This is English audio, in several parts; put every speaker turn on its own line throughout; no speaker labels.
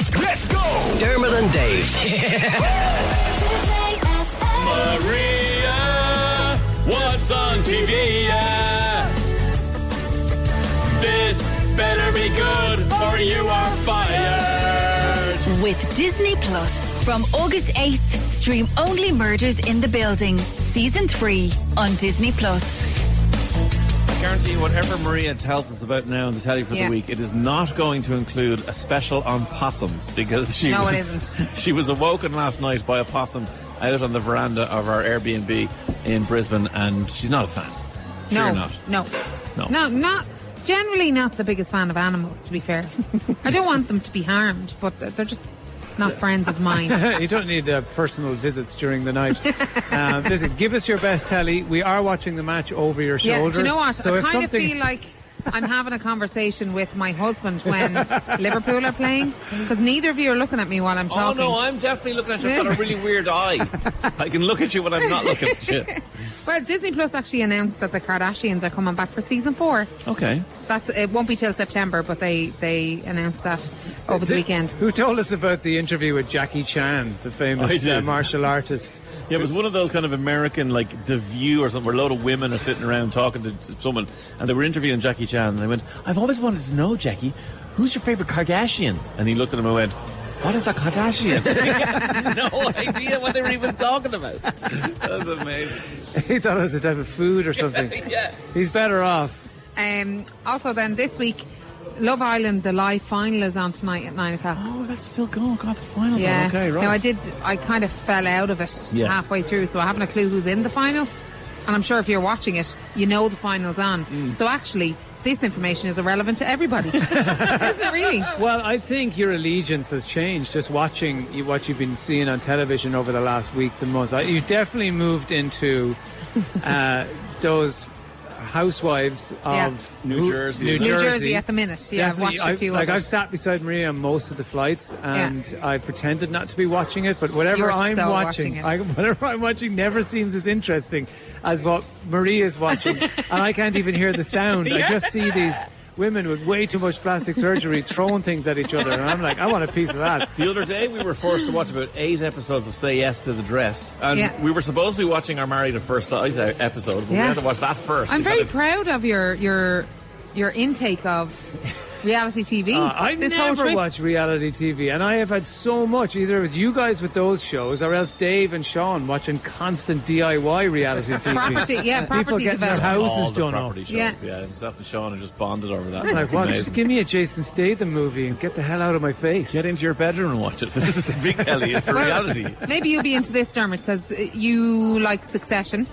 Let's go!
Dermot and Dave.
Today FM.
Maria, what's on TV? This better be good or you are fired.
With Disney Plus. From August 8th, stream only Murders in the Building, Season 3 on Disney Plus.
Guarantee whatever Maria tells us about now in the telly for
Yeah.
the week, it is not going to include a special on possums because she
No, it
was she was awoken last night by a possum out on the veranda of our Airbnb in Brisbane, and she's not a fan.
No,
Sure not.
no,
No.
no, not generally not the biggest fan of animals. To be fair, I don't want them to be harmed, but they're just not friends of mine.
you don't need uh, personal visits during the night. um, listen, give us your best tally. We are watching the match over your
Yeah,
shoulder.
do you know what?
So
I
if
kind
something,
of feel like I'm having a conversation with my husband when Liverpool are playing because neither of you are looking at me while I'm
Oh
talking.
no, I'm definitely looking at you. I've got a really weird eye. I can look at you when I'm not looking at you.
well, Disney Plus actually announced that the Kardashians are coming back for season four.
Okay.
That's it. Won't be till September, but they they announced that over the weekend.
Who told us about the interview with Jackie Chan, the famous
I
uh,
did.
martial artist?
Yeah, it was one of those kind of American, like The View or something, where a load of women are sitting around talking to to someone, and they were interviewing Jackie Chan, and they went, "I've always wanted to know, Jackie, who's your favorite Kardashian?" And he looked at him and went, "What is a Kardashian?" no idea what they were even talking about. That's amazing.
he thought it was a type of food or something.
Yeah.
He's better off.
Um, also, then this week, Love Island, the live final is on tonight at nine o'clock.
Oh, that's still going. God, the
Oh,
finals.
yeah.
Are okay, right.
Now I did. I kind of fell out of it
Yeah.
halfway through, so I haven't a clue who's in the final. And I'm sure if you're watching it, you know the final's on.
Mm.
So actually, this information is irrelevant to everybody, isn't it? Really?
Well, I think your allegiance has changed just watching you- what you've been seeing on television over the last weeks and months. I- You definitely moved into uh, those housewives of
Yeah.
New
who-
Jersey.
New,
New
New
Jersey.
Jersey at the minute. Yeah, I've
Definitely,
watched a few.
like
of
I've
them.
sat beside Maria on most of the flights, and I pretended not to be watching it. But whatever
You're
I'm
so watching
watching,
it.
I, whatever I'm watching, never seems as interesting as what Maria is watching, and I can't even hear the sound. I just see these women with way too much plastic surgery throwing things at each other, and I'm like, I want a piece of that.
The other day, we were forced to watch about eight episodes of Say Yes to the Dress, and
Yeah.
we were supposed to be watching our Married at First Sight uh, episode, but we
Yeah.
had to watch that first.
I'm
to
very
kind of-
proud of your your your intake of reality TV.
Uh, I
this whole
never
trip.
watch reality TV, and I have had so much either with you guys with those shows, or else Dave and Sean watching constant DIY reality TV.
Property, yeah,
People
property
getting their
development.
houses
all the
done up.
property shows. Yeah.
Yeah.
himself and Sean are just bonded over that.
Like,
That's
what?
amazing.
Just give me a Jason Statham movie and get the hell out of my face.
Get into your bedroom and watch it. This is the big telly. It's for
Well,
reality.
Maybe you'll be into this, Dermot, because you like Succession,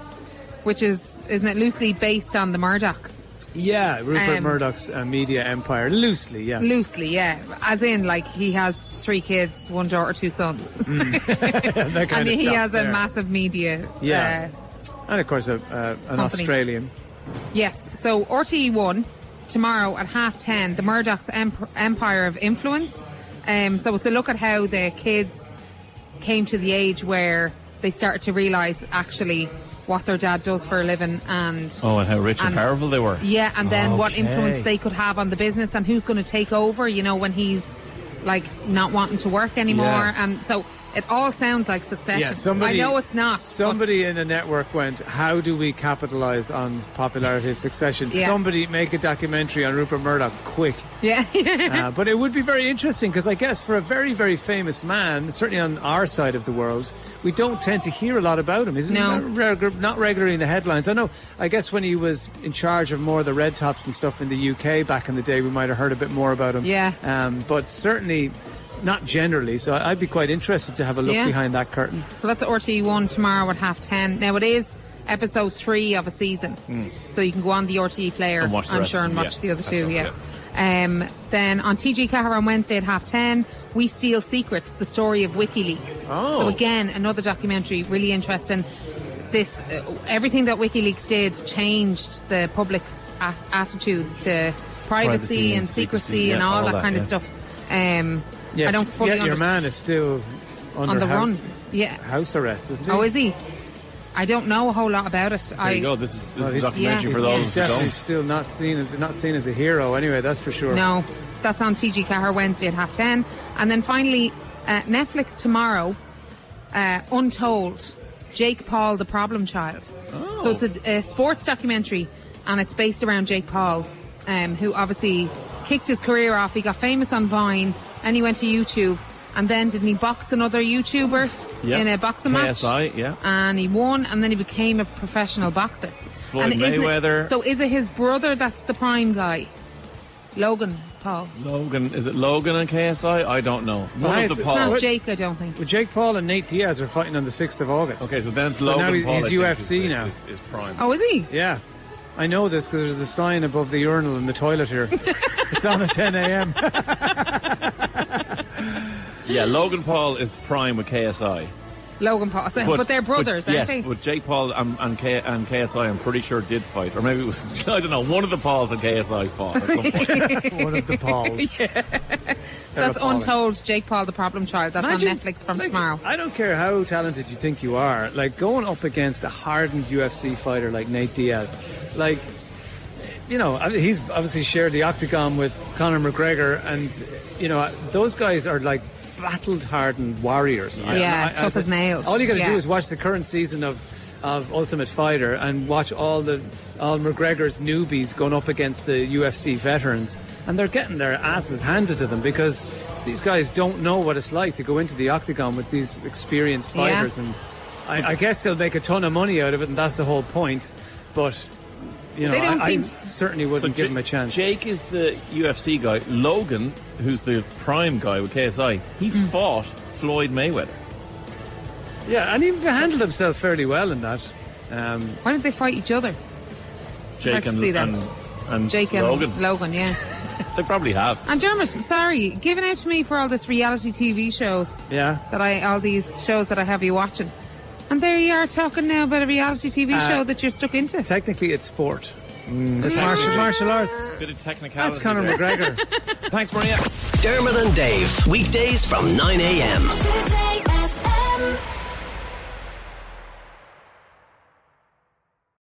which is isn't it loosely based on the Murdochs?
Yeah, Rupert
Um,
Murdoch's uh, media empire, loosely. Yeah,
Loosely, yeah. As in, like he has three kids, one daughter, two sons.
that
I
kind
mean,
of
he
stuff
has
there.
a massive media.
Yeah.
Uh,
and of course a, uh, an
Company.
Australian.
Yes. So RTE One tomorrow at half ten, the Murdoch's Emp- Empire of Influence. Um, so it's a look at how the kids came to the age where they started to realise actually what their dad does for a living and
Oh, and how rich and,
And-
powerful they were.
Um, yeah, and then what
Okay.
influence they could have on the business and who's going to take over. You know when he's like not wanting to work anymore,
Yeah.
and so it all sounds like succession.
Yeah, somebody-
I know it's not. but-
Somebody in a network went, "How do we capitalize on popularity of Succession?
Yeah.
Somebody make a documentary on Rupert Murdoch, quick!"
yeah.
uh, but it would be very interesting because I guess for a very, very famous man, certainly on our side of the world, we don't tend to hear a lot about him. He's
No.
not, reg- not regularly in the headlines. I know, I guess when he was in charge of more of the red tops and stuff in the UK back in the day, we might have heard a bit more about him.
Yeah.
Um, but certainly not generally. So I- I'd be quite interested to have a look
Yeah.
behind that curtain.
Well, that's RTE One tomorrow at half ten. Now it is episode three of a season, so you can go on the RTE player,
Hmm. And watch the
I'm
rest
sure,
of
and
them,
watch
yeah.
the other
That
two.
sounds
Yeah. Um, then on TG Car on Wednesday at half ten, we steal secrets: the story of WikiLeaks.
Oh.
So again, another documentary, really interesting. This uh, everything that WikiLeaks did changed the public's at- attitudes to privacy,
Privacy
and,
and
secrecy,
secrecy,
and
yeah,
all,
all
that,
that,
kind of
yeah.
stuff. Um, I don't fully
yet your
understand
man is still under
on the
hou-
run. Yeah.
House arrest, isn't he?
Oh, is he? I don't know a whole lot about it.
There
I,
you go. This is this
Well,
is a
he's-
documentary
yeah.
for
He's
those who
definitely
don't.
still not seen as not seen as a hero. Anyway, that's for sure.
No, that's on TG Car Wednesday at half ten, And then finally, uh, Netflix tomorrow, uh, Untold, Jake Paul, the problem child.
Oh.
So it's a, a sports documentary and it's based around Jake Paul, um, who obviously kicked his career off. He got famous on Vine and he went to YouTube. And then didn't he box another YouTuber
Yeah.
in a boxing match?
KSI, yeah.
And he won and then he became a professional boxer.
Floyd
and isn't it-
Mayweather.
so is it his brother that's the prime guy? Logan Paul.
Logan, is it Logan and KSI? I don't know. One
Nice.
of the
It's
It's
Pauls.
not Jake, I don't think.
Well, Jake Paul and Nate Diaz are fighting on the 6th of August.
Okay, so then it's
So
Logan
now he's-
Paul. I
he's
think, is
UFC
the-
now.
Is, is prime.
Oh, is he?
Yeah. I know this because there's a sign above the urinal in the toilet here. it's on at 10 a.m.
Yeah, Logan Paul is prime with KSI.
Logan Paul. So, but, they're brothers,
but- yes,
aren't they?
but Jake Paul and, and, K, and KSI, I'm pretty sure, did fight. Or maybe it was, I don't know, one of the Pauls and KSI fought at some point.
One of the Pauls.
so that's Untold Jake Paul, the problem child. That's on
Imagine,
Netflix from
like,
tomorrow.
I don't care how talented you think you are. Like going up against a hardened UFC fighter like Nate Diaz, like you know, I mean, he's obviously shared the octagon with Conor McGregor, and you know those guys are like battled hardened warriors. I-
Yeah,
I- I-
tough as nails.
All you got to
Yeah.
do is watch the current season of. Of Ultimate Fighter and watch all the all McGregor's newbies going up against the UFC veterans, and they're getting their asses handed to them because these guys don't know what it's like to go into the octagon with these experienced
Yeah.
fighters, and I, I guess they'll make a ton of money out of it, and that's the whole point. But you know,
They don't
I,
seem-
I certainly wouldn't give
Ja-
him a chance.
Jake is the UFC guy. Logan, who's the prime guy with KSI, he
Mm.
fought Floyd Mayweather.
yeah, and he handled himself fairly well in that. Um,
Why don't they fight each other?
Jake
can
and,
see that.
and, and
Jake and
Logan.
Logan, yeah.
They probably have.
And Dermot, sorry, giving out to me for all this reality TV shows
yeah.
that I, all these shows that I have you watching. And there you are talking now about a reality TV
Uh,
show that you're stuck into.
Technically, it's sport.
Mm.
it's martial, martial arts.
Bit of technicality.
That's Conor
there.
McGregor.
Thanks, Maria.
Dermot and Dave. Weekdays from 9 a.m.
To the day